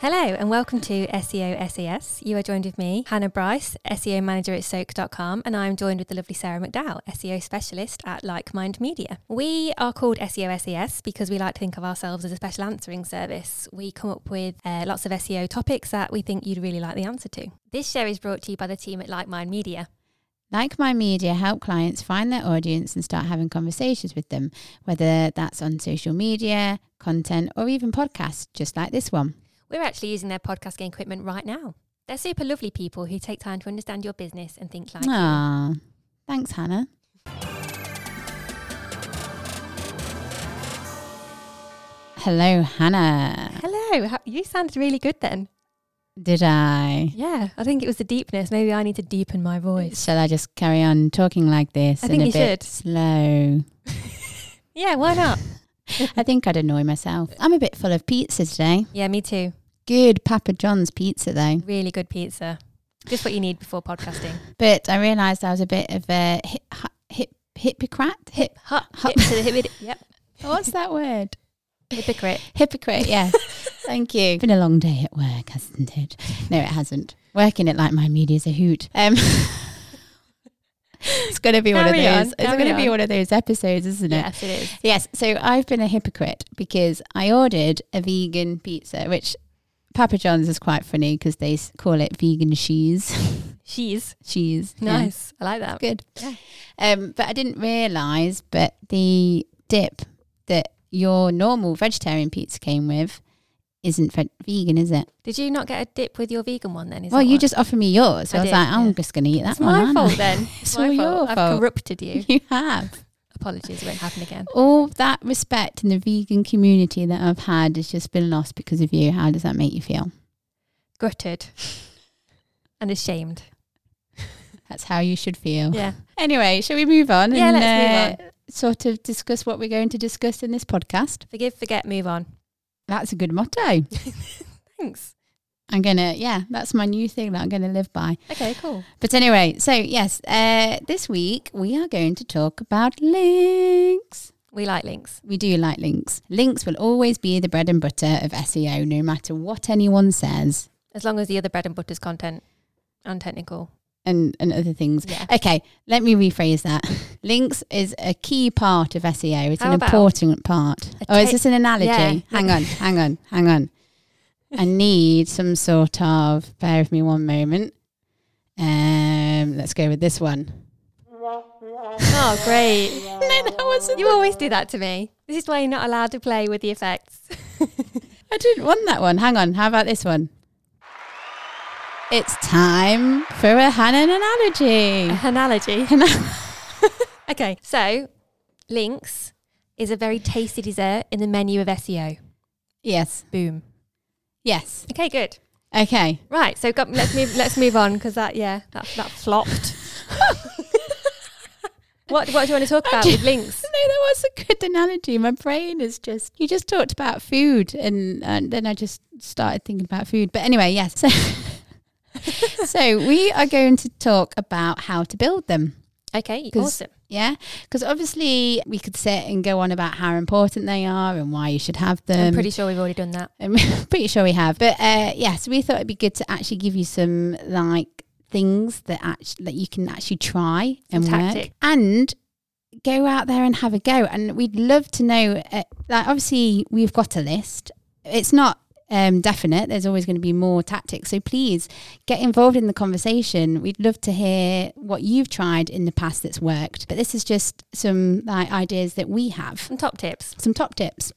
Hello and welcome to E SEO SES. You are joined with me, Hannah Bryce, SEO manager at Soak.com, and I'm joined with the lovely Sarah McDowell, SEO specialist at Like Mind Media. We are called E SEO SES because we like to think of ourselves as a special answering service. We come up with uh, lots of SEO topics that we think you'd really like the answer to. This show is brought to you by the team at Like Mind Media. Like My Media help clients find their audience and start having conversations with them, whether that's on social media, content, or even podcasts, just like this one. We're actually using their podcasting equipment right now. They're super lovely people who take time to understand your business and think like you. Aw, thanks, Hannah. Hello, Hannah. Hello, how- you sounded really good then. Did I? Yeah, I think it was the deepness. Maybe I need to deepen my voice. Shall I just carry on talking like this I and think a you should. bit slow? Yeah, why not? I think I'd annoy myself. I'm a bit full of pizza today. yeah, me too. Good Papa John's pizza, though. Really good pizza. Just what you need before podcasting. But I realised I was a bit of a hip, hip, hypocrite. Hip. Hot, Hot. hip to the hip. Yep, What's that word? hypocrite. Hypocrite. Yes. Thank you. It's been a long day at work, hasn't it? No, it hasn't. Working at like my media's a hoot. Um, it's gonna be one of Carry on, those. it's carry gonna be on. one of those episodes, isn't it? Yes, it is. Yes, so I've been a hypocrite because I ordered a vegan pizza, which Papa John's is quite funny because they s- call it vegan cheese. She's cheese. yeah. nice. I like that. Good. Yeah. Um, but I didn't realise, but the dip that your normal vegetarian pizza came with isn't ve- vegan, is it? Did you not get a dip with your vegan one then? Is well, that you what- just offered me yours. So I I, was did, like, I'm yeah. just going to eat that It's one. my aren't fault I? then. It's, It's my all fault. your I've fault. corrupted you. You have. Apologies, it won't happen again. All that respect in the vegan community that I've had has just been lost because of you. How does that make you feel? Gutted and ashamed. That's how you should feel. Yeah. Anyway, shall we move on? Yeah, and, let's uh, Sort of discuss what we're going to discuss in this podcast. Forgive, forget, move on. That's a good motto. Thanks. I'm gonna, yeah, that's my new thing that I'm gonna live by. Okay, cool. But anyway, so yes, uh, this week we are going to talk about links. We like links. We do like links. Links will always be the bread and butter of SEO, no matter what anyone says As long as the other bread and butter's content and technical. and, and other things. Yeah. Okay, let me rephrase that. links is a key part of SEO. It's How an about important part. a oh, is ta- this an analogy? Yeah. Hang on, hang on, hang on. I need some sort of. Bear with me one moment. Um, let's go with this one. Oh, great. No, that wasn't. You always do that to me. This is why you're not allowed to play with the effects. I didn't want that one. Hang on. How about this one? It's time for a Hannon analogy. Analogy. okay, so links is a very tasty dessert in the menu of SEO. Yes. Boom. Yes. Okay, good. Okay. Right, so go, let's move. Let's move on because that yeah that that flopped. what what do you want to talk about with links? No, that was a good analogy. My brain is just. You just talked about food, and, and then I just started thinking about food. But anyway, yes. So, so we are going to talk about how to build them. Okay, 'Cause- awesome. Yeah, because obviously we could sit and go on about how important they are and why you should have them. I'm pretty sure we've already done that. I'm pretty sure we have. But uh, yeah, so we thought it'd be good to actually give you some like things that actually that you can actually try Some and work tactic. and go out there and have a go. And we'd love to know. Uh, like obviously, we've got a list. It's not. Um, definite. There's always going to be more tactics. So please get involved in the conversation. We'd love to hear what you've tried in the past that's worked. But this is just some like ideas that we have Some top tips. some top tips.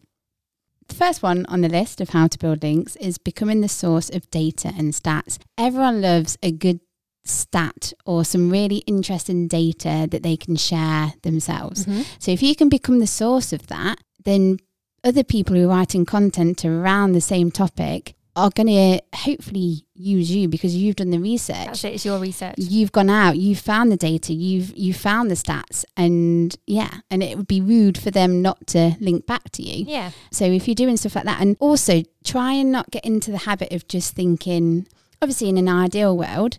The first one on the list of how to build links is becoming the source of data and stats. Everyone loves a good stat or some really interesting data that they can share themselves. Mm. So if you can become the source of that, then other people who are writing content around the same topic are going to hopefully use you because you've done the research That's it. It's your research. you've gone out you've found the data you've you found the stats and yeah and it would be rude for them not to link back to you Yeah. so if you're doing stuff like that and also try and not get into the habit of just thinking obviously in an ideal world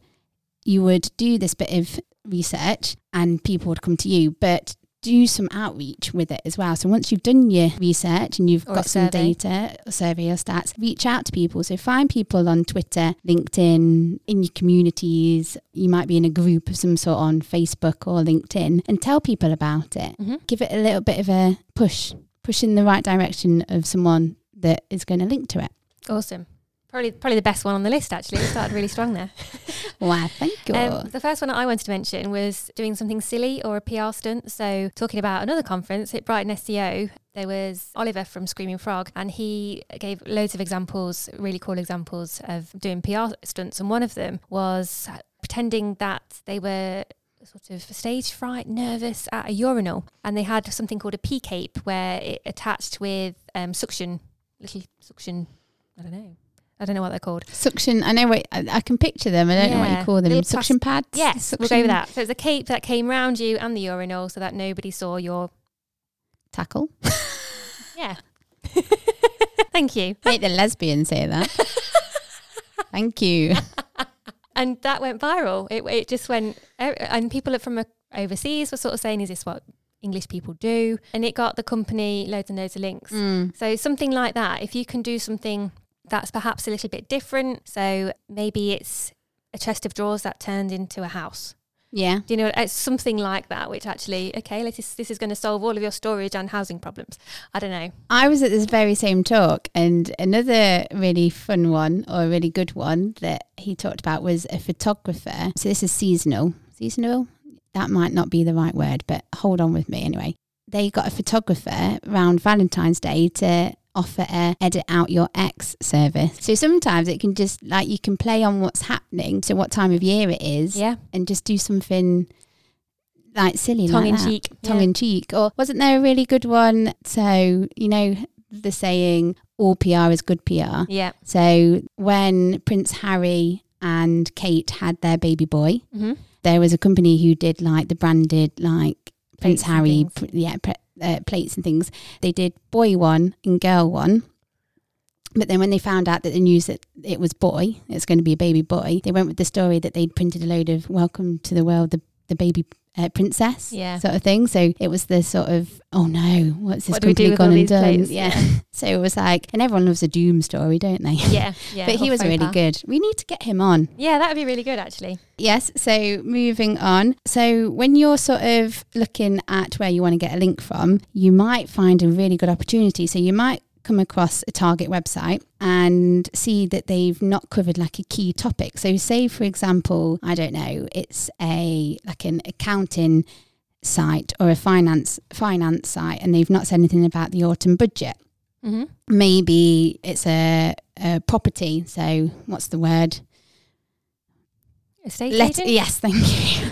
you would do this bit of research and people would come to you but do some outreach with it as well. So once you've done your research and you've Or a got some survey. data, or survey or stats, reach out to people. So find people on Twitter, LinkedIn, in your communities. You might be in a group of some sort on Facebook or LinkedIn and tell people about it. Mhm. Give it a little bit of a push, push in the right direction of someone that is going to link to it. Awesome. Probably, probably the best one on the list, actually. It started really strong there. Wow, thank you. Um, the first one I wanted to mention was doing something silly or a PR stunt. So, talking about another conference at Brighton SEO, there was Oliver from Screaming Frog, and he gave loads of examples, really cool examples of doing PR stunts. And one of them was pretending that they were sort of stage fright, nervous at a urinal, and they had something called a pee cape where it attached with um, suction, little suction, I don't know. I don't know what they're called. Suction. I know what I, I can picture them. I don't know what Yeah. you call them. Little Suction pads. Yes, we'll go Suction with that. So it's a cape that came round you and the urinal so that nobody saw your. Tackle. Yeah. Thank you. Make the lesbian say that. Thank you. And that went viral. It, it just went, e, and people from uh, overseas were sort of saying, is this what English people do? And it got the company loads and loads of links. Mm. So something like that, if you can do something that's perhaps a little bit different. So maybe it's a chest of drawers that turned into a house. Yeah. Do you know it's something like that which actually okay let us, this is going to solve all of your storage and housing problems i don't know I was at this very same talk, and another really fun one or a really good one that he talked about was a photographer. So this is seasonal. Seasonal? That might not be the right word, but hold on with me anyway. They got a photographer around Valentine's Day to offer a edit out your ex service. So sometimes it can just like you can play on what's happening, so what time of year it is, yeah and just do something like silly, tongue like in that. cheek tongue in cheek. Or wasn't there a really good one? So, you know, the saying, all PR is good PR. yeah So, when Prince Harry and Kate had their baby boy, hmm there was a company who did like the branded, like Plates Prince and Harry, things. pr- yeah, pre- uh, plates and things. They did boy one and girl one. But then when they found out that the news that it was boy, it's going to be a baby boy, they went with the story that they'd printed a load of welcome to the world, the, the baby uh, princess yeah sort of thing. So it was the sort of, oh no, what's this What do we do company with gone all and these done? plates? Yeah. So it was like, and everyone loves a doom story, don't they? yeah yeah but he or was faux really pas. good. We need to get him on. yeah that would be really good actually Yes. So moving on. So when you're sort of looking at where you want to get a link from, you might find a really good opportunity. So you might come across a target website and see that they've not covered like a key topic. So say for example, I don't know, it's a like an accounting site or a finance finance site and they've not said anything about the autumn budget mm-hmm. maybe it's a, a property. So what's the word? estate Let- agent yes, thank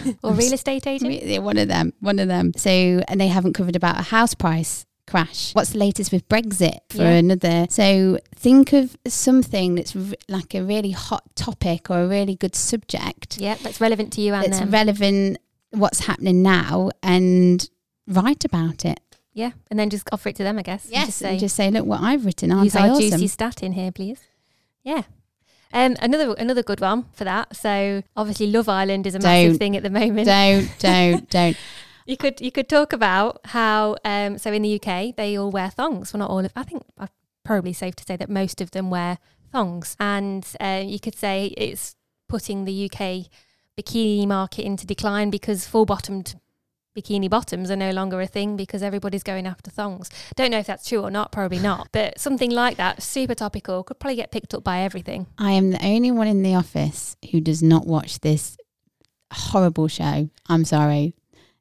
you. or real estate agent Yeah, one of them, one of them. So and they haven't covered about a house price crash. What's the latest with Brexit for Yeah. another? So think of something that's r- like a really hot topic or a really good subject yeah that's relevant to you and that's them relevant what's happening now and write about it. yeah and then just offer it to them i guess and Yes, just and say, just say, look what I've written. Aren't use I our awesome? juicy stat in here please yeah um, another another good one for that. So obviously, Love Island is a massive Don't. thing at the moment. Don't, don't, don't. You could you could talk about how um, so in the UK they all wear thongs. Well, not all of. I think I'm probably safe to say that most of them wear thongs, and uh, you could say it's putting the UK bikini market into decline because full bottomed bikini bottoms are no longer a thing because everybody's going after thongs. Don't know if that's true or not. Probably not. But something like that, super topical, could probably get picked up by everything. I am the only one in the office who does not watch this horrible show. I'm sorry.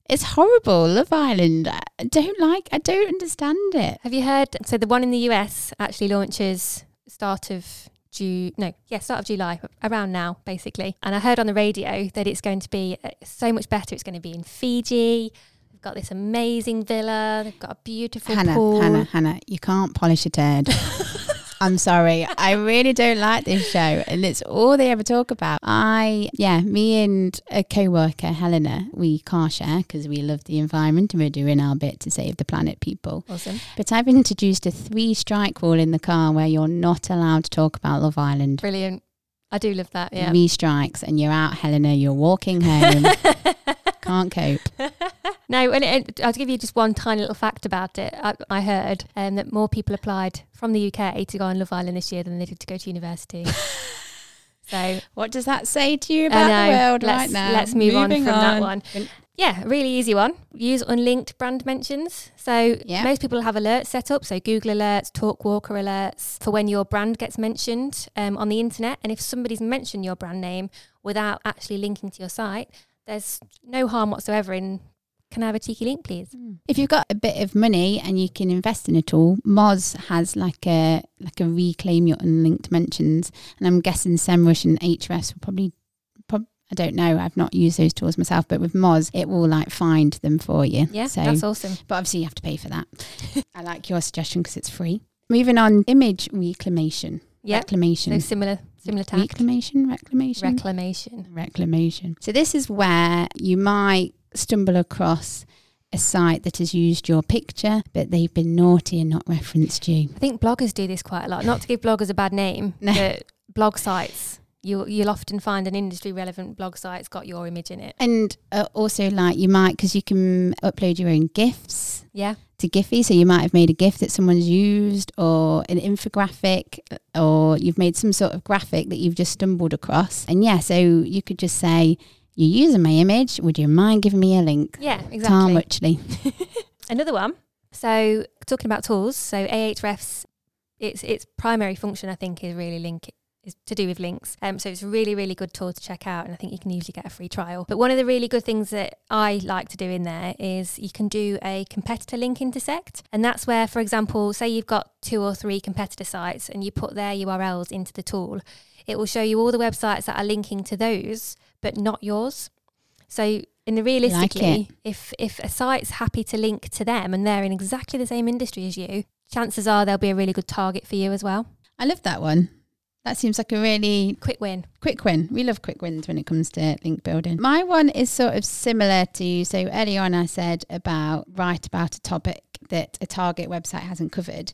It's horrible, Love Island. I don't like I don't understand it. Have you heard? So the one in the US actually launches start of June. No, yeah, start of July, around now, basically. And I heard on the radio that it's going to be uh, so much better. It's going to be in Fiji. They've got this amazing villa. They've got a beautiful Hannah, pool. Hannah, Hannah, you can't polish a turd. I'm sorry. I really don't like this show and it's all they ever talk about. I yeah, me and a co-worker, Helena, we car share because we love the environment and we're doing our bit to save the planet people. Awesome. But I've introduced a three strike rule in the car where you're not allowed to talk about Love Island. Brilliant. I do love that. Yeah. Three strikes and you're out, Helena. You're walking home. Can't cope. No, and it, I'll give you just one tiny little fact about it. I, I heard um, that more people applied from the UK to go on Love Island this year than they did to go to university. so What does that say to you I about the know. world Let's- right now? let's move on Moving from that on. one. And Yeah, really easy one. Use unlinked brand mentions. So Yeah. most people have alerts set up, so Google alerts, Talk Walker alerts for when your brand gets mentioned um, on the internet. And if somebody's mentioned your brand name without actually linking to your site, there's no harm whatsoever in. Can I have a cheeky link, please? If you've got a bit of money and you can invest in it all, Moz has like a like a reclaim your unlinked mentions, and I'm guessing SEMrush and Ahrefs will probably, prob- I don't know, I've not used those tools myself, but with Moz it will like find them for you. Yeah, so that's awesome. but obviously you have to pay for that. I like your suggestion because it's free. Moving on, image reclamation, Yeah, so reclamation, similar, similar tack. reclamation, reclamation, Reclamation. reclamation. So this is where you might stumble across a site that has used your picture, but they've been naughty and not referenced you. I think bloggers do this quite a lot. Not to give bloggers a bad name, No. but blog sites. You'll, you'll often find an industry relevant blog site's got your image in it. And uh, also, like you might, because you can upload your own GIFs Yeah. to Giphy. So you might have made a GIF that someone's used, or an infographic, uh, or you've made some sort of graphic that you've just stumbled across. And yeah, so you could just say, "You're using my image. Would you mind giving me a link?" Yeah, exactly. Tom Richley. Another one. So talking about tools, so Ahrefs, its its primary function I think is really link is to do with links. Um, so it's a really really good tool to check out, and I think you can usually get a free trial. But one of the really good things that I like to do in there is you can do a competitor link intersect, and that's where, for example, say you've got two or three competitor sites, and you put their URLs into the tool, it will show you all the websites that are linking to those, but not yours. So in the realistically, if if a site's happy to link to them and they're in exactly the same industry as you, chances are they'll be a really good target for you as well. I love that one. That seems like a really Quick win. quick win. We love quick wins when it comes to link building. My one is sort of similar to so earlier on I said about write about a topic that a target website hasn't covered.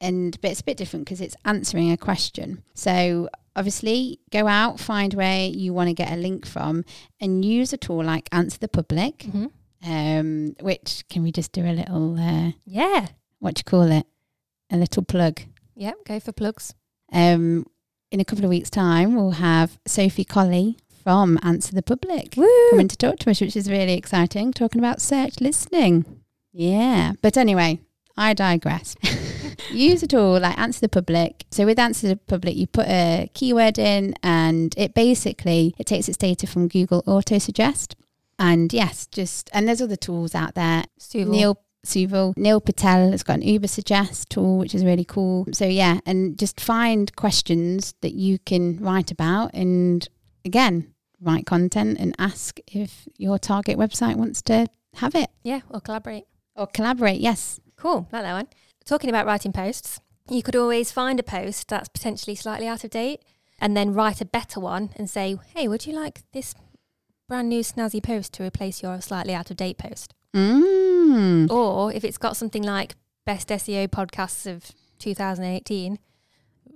And but it's a bit different because it's answering a question. So obviously go out, find where you want to get a link from and use a tool like Answer the Public. Mhm. Um, which can we just do a little uh, Yeah. what do you call it? A little plug. Yep. Go for plugs. Um, in a couple of weeks' time, we'll have Sophie Colley from Answer the Public Woo. coming to talk to us, which is really exciting, talking about search listening. Yeah. But anyway, I digress. Use a tool like Answer the Public. So with Answer the Public, you put a keyword in and it basically it takes its data from Google Auto Suggest. And yes, just and there's other tools out there Suval. Neil Suval, Neil Patel has got an Uber Suggest tool, which is really cool. So yeah, and just find questions that you can write about, and again, write content and ask if your target website wants to have it Yeah. Or collaborate. or collaborate. Yes, Cool. Like that one. Talking about writing posts, you could always find a post that's potentially slightly out of date and then write a better one and say, hey, would you like this brand new snazzy post to replace your slightly out of date post? mm. Or if it's got something like best SEO podcasts of 2018,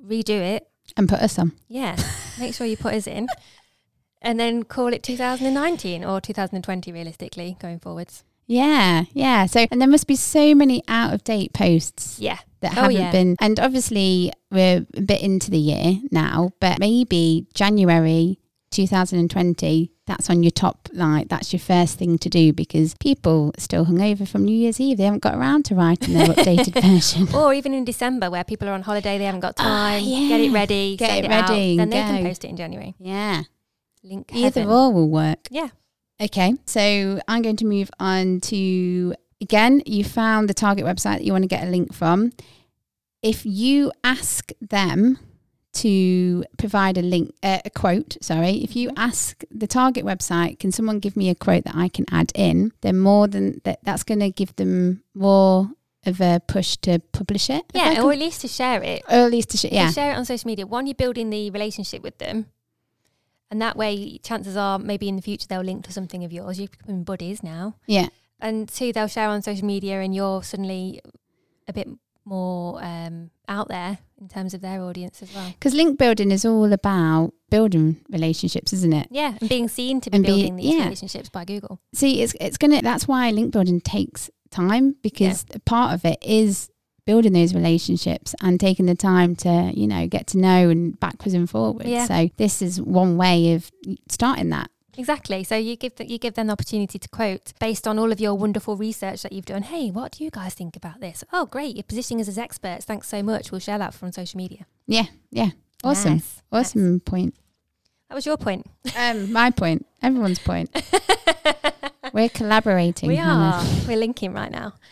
redo it. and put us on. Yeah, make sure you put us in. And then call it 2019 or 2020, realistically, going forwards. Yeah, yeah. So, and there must be so many out of date posts. Yeah. that Oh, haven't yeah. been. And obviously, we're a bit into the year now, but maybe January 2020, that's on your top like That's your first thing to do because people are still hungover from New Year's Eve. They haven't got around to writing their updated version. Or even in December, where people are on holiday, they haven't got Ah, time. Get it yeah. ready. Get send it out, ready, Then they can go. post it in January. Yeah. Link Either heaven. or will work. Yeah. Okay. So I'm going to move on to again, you found the target website that you want to get a link from. If you ask them to provide a link, uh, a quote, sorry, if Mm-hmm. you ask the target website, can someone give me a quote that I can add in? Then more than that, that's going to give them more of a push to publish it. If I Yeah, can- or at least to share it. or at least to, sh- yeah. To share it on social media. One, you're building the relationship with them. And that way, chances are maybe in the future they'll link to something of yours. You're becoming buddies now. Yeah. And two, they'll share on social media and you're suddenly a bit more um, out there in terms of their audience as well. Because link building is all about building relationships, isn't it? Yeah, and being seen to be And be- building these yeah. relationships by Google. See, it's it's gonna. That's why link building takes time because a part of it is building those relationships and taking the time to you know get to know and backwards and forwards. Yeah. So this is one way of starting that. Exactly. So you give th- you give them the opportunity to quote based on all of your wonderful research that you've done. Hey, what do you guys think about this? Oh, great! You're positioning us as experts. Thanks so much. We'll share that from social media. Yeah, yeah, awesome, Nice. Nice. awesome point. That was your point. Um, my point, everyone's point. We're collaborating. we Hannah. are. We're linking right now.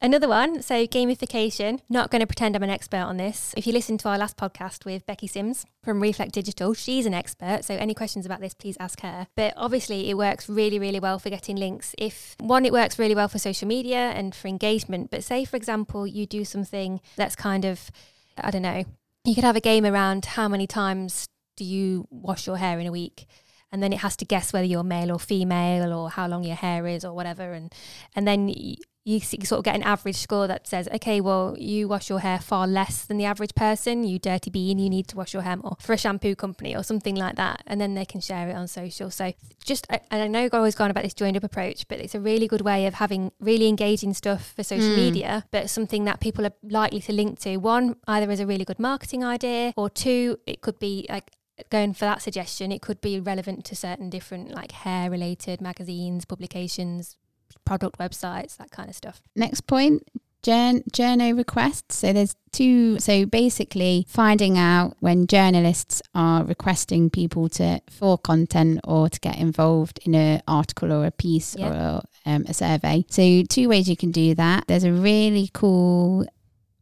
Another one, so gamification. Not going to pretend I'm an expert on this. If you listen to our last podcast with Becky Sims from Reflect Digital, she's an expert. So any questions about this, please ask her. But obviously, it works really, really well for getting links. If one, it works really well for social media and for engagement. But say, for example, you do something that's kind of, I don't know, you could have a game around how many times do you wash your hair in a week? And then it has to guess whether you're male or female or how long your hair is or whatever. And and then y- you s- sort of get an average score that says, okay, well, you wash your hair far less than the average person, you dirty bean, you need to wash your hair more for a shampoo company or something like that. And then they can share it on social. So just, I- and I know I've always gone about this joined up approach, but it's a really good way of having really engaging stuff for social Mm. media, but something that people are likely to link to. One, either as a really good marketing idea, or two, it could be like, going for that suggestion it could be relevant to certain different like hair related magazines publications product websites, that kind of stuff. Next point, journ- journo requests. So there's two. So basically, finding out when journalists are requesting people to for content or to get involved in an article or a piece or um, a survey. So two ways you can do that. There's a really cool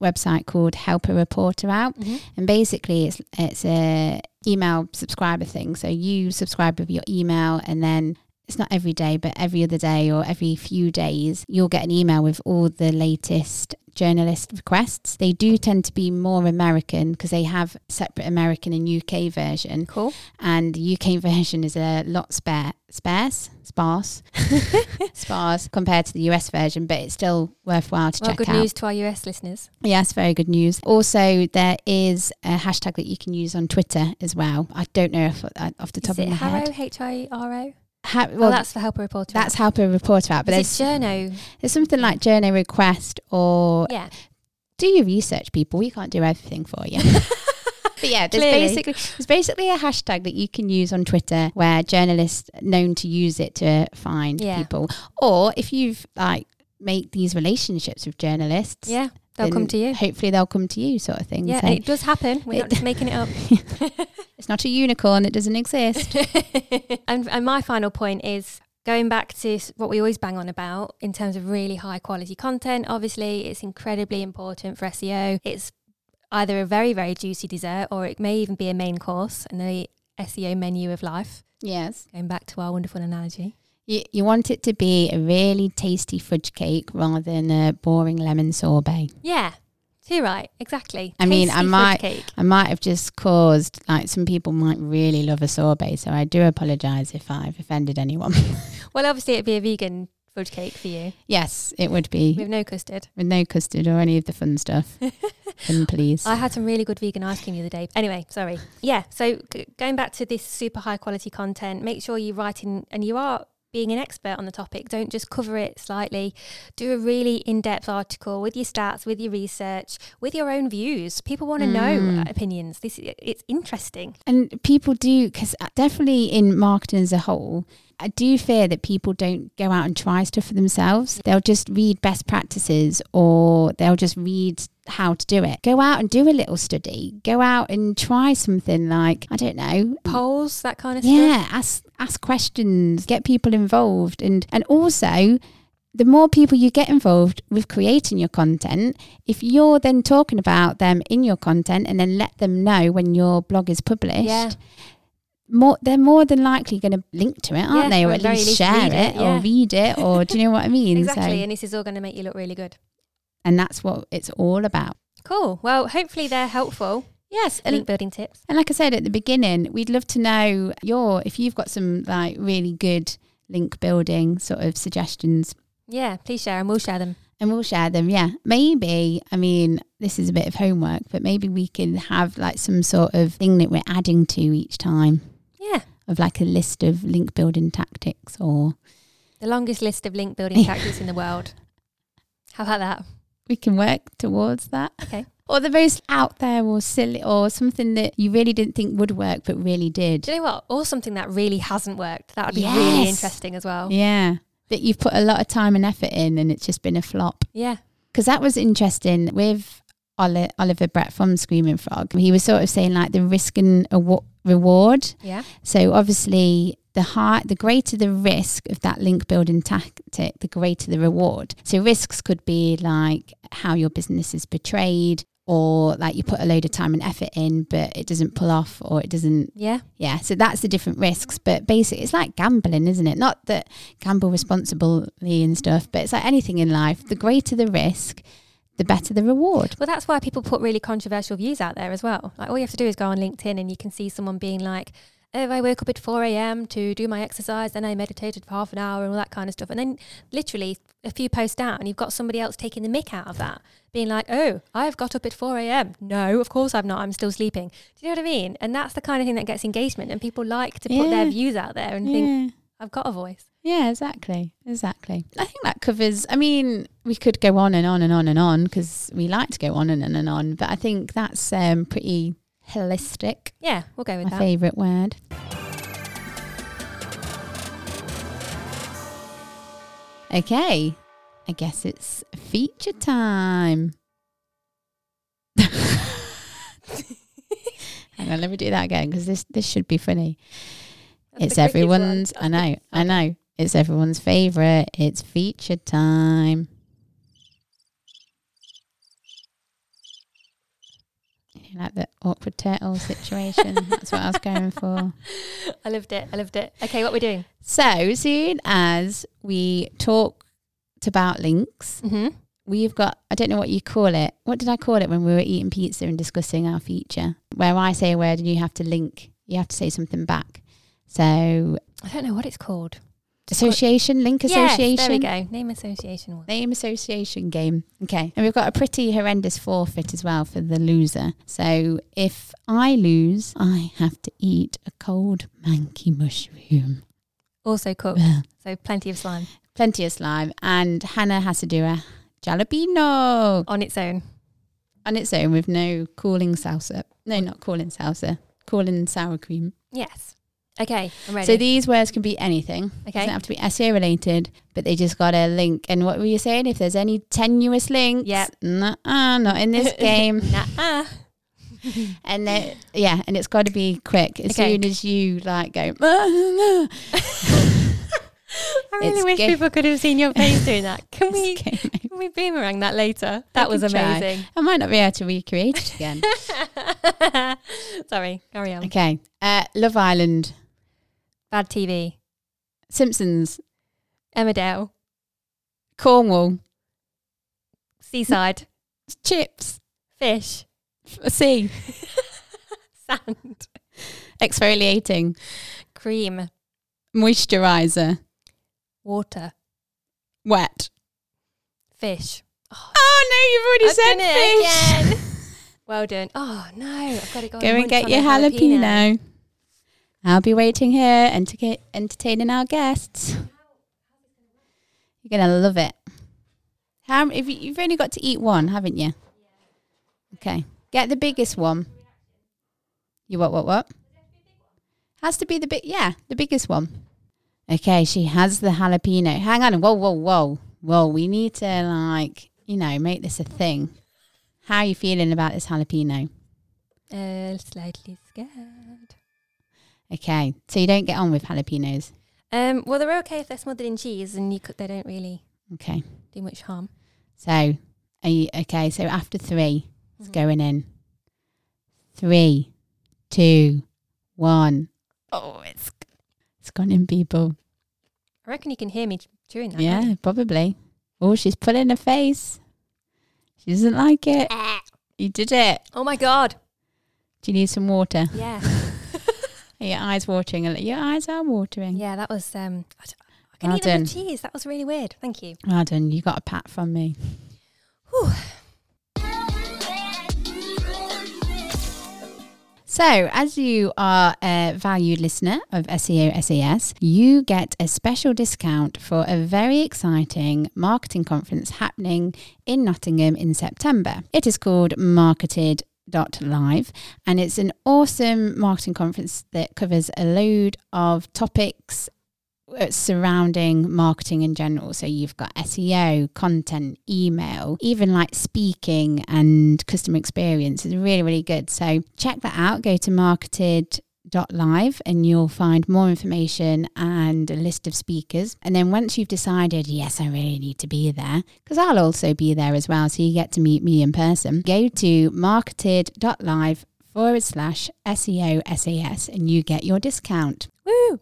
website called Help a Reporter Out. And basically, it's it's a email subscriber thing. So you subscribe with your email, and then it's not every day, but every other day or every few days, you'll get an email with all the latest journalist requests. They do tend to be more American because they have separate American and UK version, Cool. and the UK version is a lot spare, sparse, sparse, sparse compared to the US version, but it's still worthwhile to Well, check good out. news to our US listeners. Yes, very good news. Also, there is a hashtag that you can use on Twitter as well. I don't know if uh, off the top Is it of my Harrow? head. H I R O? Ha- well, Well, that's, that's for helper reporter. how to report about. But Is there's, it journo? there's something like journal request or Yeah. do your research, people. We can't do everything for you. But yeah, there's Clearly. basically there's basically a hashtag that you can use on Twitter where journalists known to use it to find Yeah. people. Or if you've like make these relationships with journalists, Yeah. They'll come then to you. Hopefully, they'll come to you, sort of thing. Yeah, So- and it does happen. We're It- not just making it up. It's not a unicorn. It doesn't exist. and, and my final point is going back to s- what we always bang on about in terms of really high quality content. Obviously, it's incredibly important for SEO. It's either a very, very juicy dessert or it may even be a main course and the SEO menu of life. yes. Going back to our wonderful analogy. You, you want it to be a really tasty fudge cake rather than a boring lemon sorbet. Yeah, you're right. Exactly. I mean, I Tasty fudge might- Cake. I might have just caused, like, some people might really love a sorbet. So I do apologise if I've offended anyone. Well, obviously, it'd be a vegan fudge cake for you yes, it would be with no custard. with no custard or any of the fun stuff. Then please. I had some really good vegan ice cream the other day. Anyway, sorry. Yeah, so g- going back to this super high quality content, make sure you write in and you are being an expert on the topic. Don't just cover it slightly. Do a really in depth article with your stats, with your research, with your own views. People want to know Mm. opinions. This it's interesting. And people do, because definitely in marketing as a whole, I do fear that people don't go out and try stuff for themselves. They'll just read best practices or they'll just read how to do it. Go out and do a little study. Go out and try something like, I don't know. Polls, that kind of stuff. Yeah, ask ask questions, get people involved and and also the more people you get involved with creating your content, if you're then talking about them in your content and then let them know when your blog is published, Yeah. more they're more than likely going to link to it, aren't Yeah, they? or Or at at very least, least share read it, it, yeah. or read it, or do you know what I mean? Exactly. So, And this is all going to make you look really good. and that's what it's all about. Cool. Well, hopefully they're helpful. Yes, Link building tips. And like I said at the beginning, we'd love to know your if you've got some like really good link building sort of suggestions. Yeah, please share and we'll share them. and we'll share them. Yeah. Maybe, I mean, this is a bit of homework, but maybe we can have like some sort of thing that we're adding to each time Yeah. of like a list of link building tactics or The longest list of link building tactics in the world. How about that? we can work towards that. Okay. Or the most out there or silly or something that you really didn't think would work but really did. Do you know what? Or something that really hasn't worked. That would be really Yes. interesting as well. Yeah. Yeah. That you've put a lot of time and effort in and it's just been a flop. Because that was interesting with Oli- Oliver Brett from Screaming Frog. He was sort of saying like the risk and awa- reward. Yeah. So obviously, the high, the greater the risk of that link building tactic, the greater the reward. So risks could be like how your business is portrayed, or like you put a load of time and effort in, but it doesn't pull off, or it doesn't. Yeah. Yeah. So that's the different risks. But basically, it's like gambling, isn't it? Not that gamble responsibly and stuff, but it's like anything in life. The greater the risk, the better the reward. Well, that's why people put really controversial views out there as well. Like, all you have to do is go on LinkedIn and you can see someone being like, oh, I woke up at 4 a.m. to do my exercise, then I meditated for half an hour and all that kind of stuff. And then, literally, a few posts down, you've got somebody else taking the mick out of that, being like, oh, I've got up at 4 a.m. No, of course I'm not. I'm still sleeping. Do you know what I mean? And that's the kind of thing that gets engagement. And people like to put their Yeah. views out there and think, Yeah. I've got a voice. Yeah, exactly. Exactly. I think that covers, I mean, we could go on and on and on and on because we like to go on and on and on, but I think that's um, pretty holistic, Yeah, we'll go with my that. favourite word. Okay, I guess it's feature time. Hang on, let me do that again because this, this should be funny. That's it's the quickest one. everyone's. uh, I That's the- know. I know. It's everyone's favorite. It's feature time. You like the awkward turtle situation. That's what I was going for. I loved it. I loved it. Okay, what we're doing? So soon as we talked about links, Mm-hmm. we've got. I don't know what you call it. What did I call it when we were eating pizza and discussing our feature? Where I say a word and you have to link. You have to say something back. So I don't know what it's called. association, link Yes, association. there we go. Name association. one. Name association game. Okay. And we've got a pretty horrendous forfeit as well for the loser. So if I lose, I have to eat a cold manky mushroom. Also cooked. Well, So plenty of slime Plenty of slime. And Hannah has to do a jalapeno on its own. on its own with no cooling salsa. No, not cooling salsa. Cooling sour cream. Yes. Okay, I'm ready. So these words can be anything. It doesn't okay. have to be SEO related, but they just got a link. And what were you saying? If there's any tenuous links, Yep. nuh-uh, not in this game. Nuh-uh. And then, yeah, and it's got to be quick. As Okay. soon as you like go, "Ah, I really It's wish ga- people could have seen your face doing that. Can we? it's game over." Can we boomerang that later? That was can try. amazing. I might not be able to recreate it again. Sorry, carry on. okay, uh, Love Island, Bad TV. Simpsons, Emmerdale. Cornwall, Seaside. Chips, Fish. F- Sea, Sand. exfoliating, Cream. moisturizer, Water. wet. Fish. Oh no, you've already I've said done it fish. again. Well done. Oh no, I've got to go. Go and get your jalapeno. I'll be waiting here and to get entertaining our guests. You're gonna love it. How if you, you've only got to eat one, haven't you? Okay, get the biggest one. You what? What? What? Has to be the big. Yeah, the biggest one. Okay, she has the jalapeno. Hang on. Whoa, whoa, whoa, whoa. We need to like you know make this a thing. How are you feeling about this jalapeno? Uh, slightly scared. Okay, so you don't get on with jalapenos. Um, well, they're okay if they're smothered in cheese, and you could, they don't really Okay, do much harm. so are you okay? So after three, it's going in. Three, two, one. Oh, it's it's gone in, people. I reckon you can hear me chewing that. Yeah, probably. Oh, she's pulling her face. She doesn't like it. can't you? You did it. Oh my god. Do you need some water? Yeah. Are your eyes watering? Your eyes are watering. yeah, that was. Um, I, d- I can Well eat them done. with cheese. That was really weird. Thank you. Well done. You got a pat from me. Whew. So, as you are a valued listener of E SEO SAS, you get a special discount for a very exciting marketing conference happening in Nottingham in September. It is called Marketed. Dot live and it's an awesome marketing conference that covers a load of topics uh, surrounding marketing in general. So you've got SEO, content, email, even like speaking and customer experience is really, really good. So check that out. Go to marketed live and you'll find more information and a list of speakers and then once you've decided yes I really need to be there because I'll also be there as well so you get to meet me in person go to marketed.live forward slash E SEO SAS and you get your discount Woo.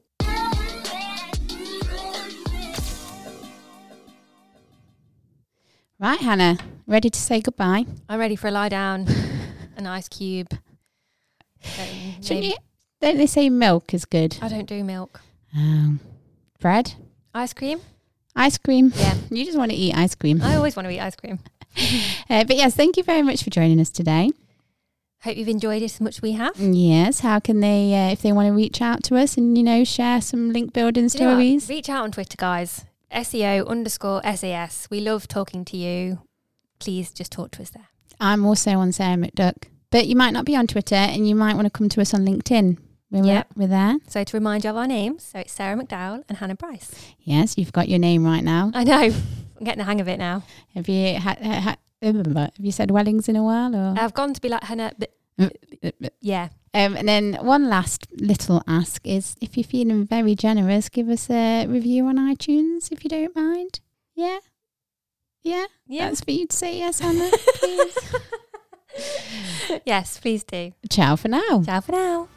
Right, Hannah, ready to say goodbye? I'm ready for a lie down, an ice cube. Um, Shouldn't maybe- you? Don't they say milk is good? I don't do milk. Um, bread, Ice cream? ice cream. Yeah. You just want to eat ice cream. I always want to eat ice cream. Uh, but yes, thank you very much for joining us today. Hope you've enjoyed it as much as we have. Yes, how can they, uh, if they want to reach out to us and you know share some link building Do you know what? stories? Reach out on Twitter, guys. SEO underscore SAS. We love talking to you. Please just talk to us there. I'm also on Sarah McDuck, but you might not be on Twitter, and you might want to come to us on LinkedIn. We're Yeah. we're there. So to remind you of our names, so it's Sarah McDowell and Hannah Bryce. Yes, you've got your name right now. I know. I'm getting the hang of it now. Have you ha- ha- ha- have you said Wellings in a while or? I've gone to be like Hannah, but uh, yeah. Um, and then one last little ask is if you're feeling very generous, give us a review on iTunes if you don't mind. Yeah. Yeah. Yeah. That's for you to say yes, Hannah. please. yes, please do. Ciao for now. Ciao for now.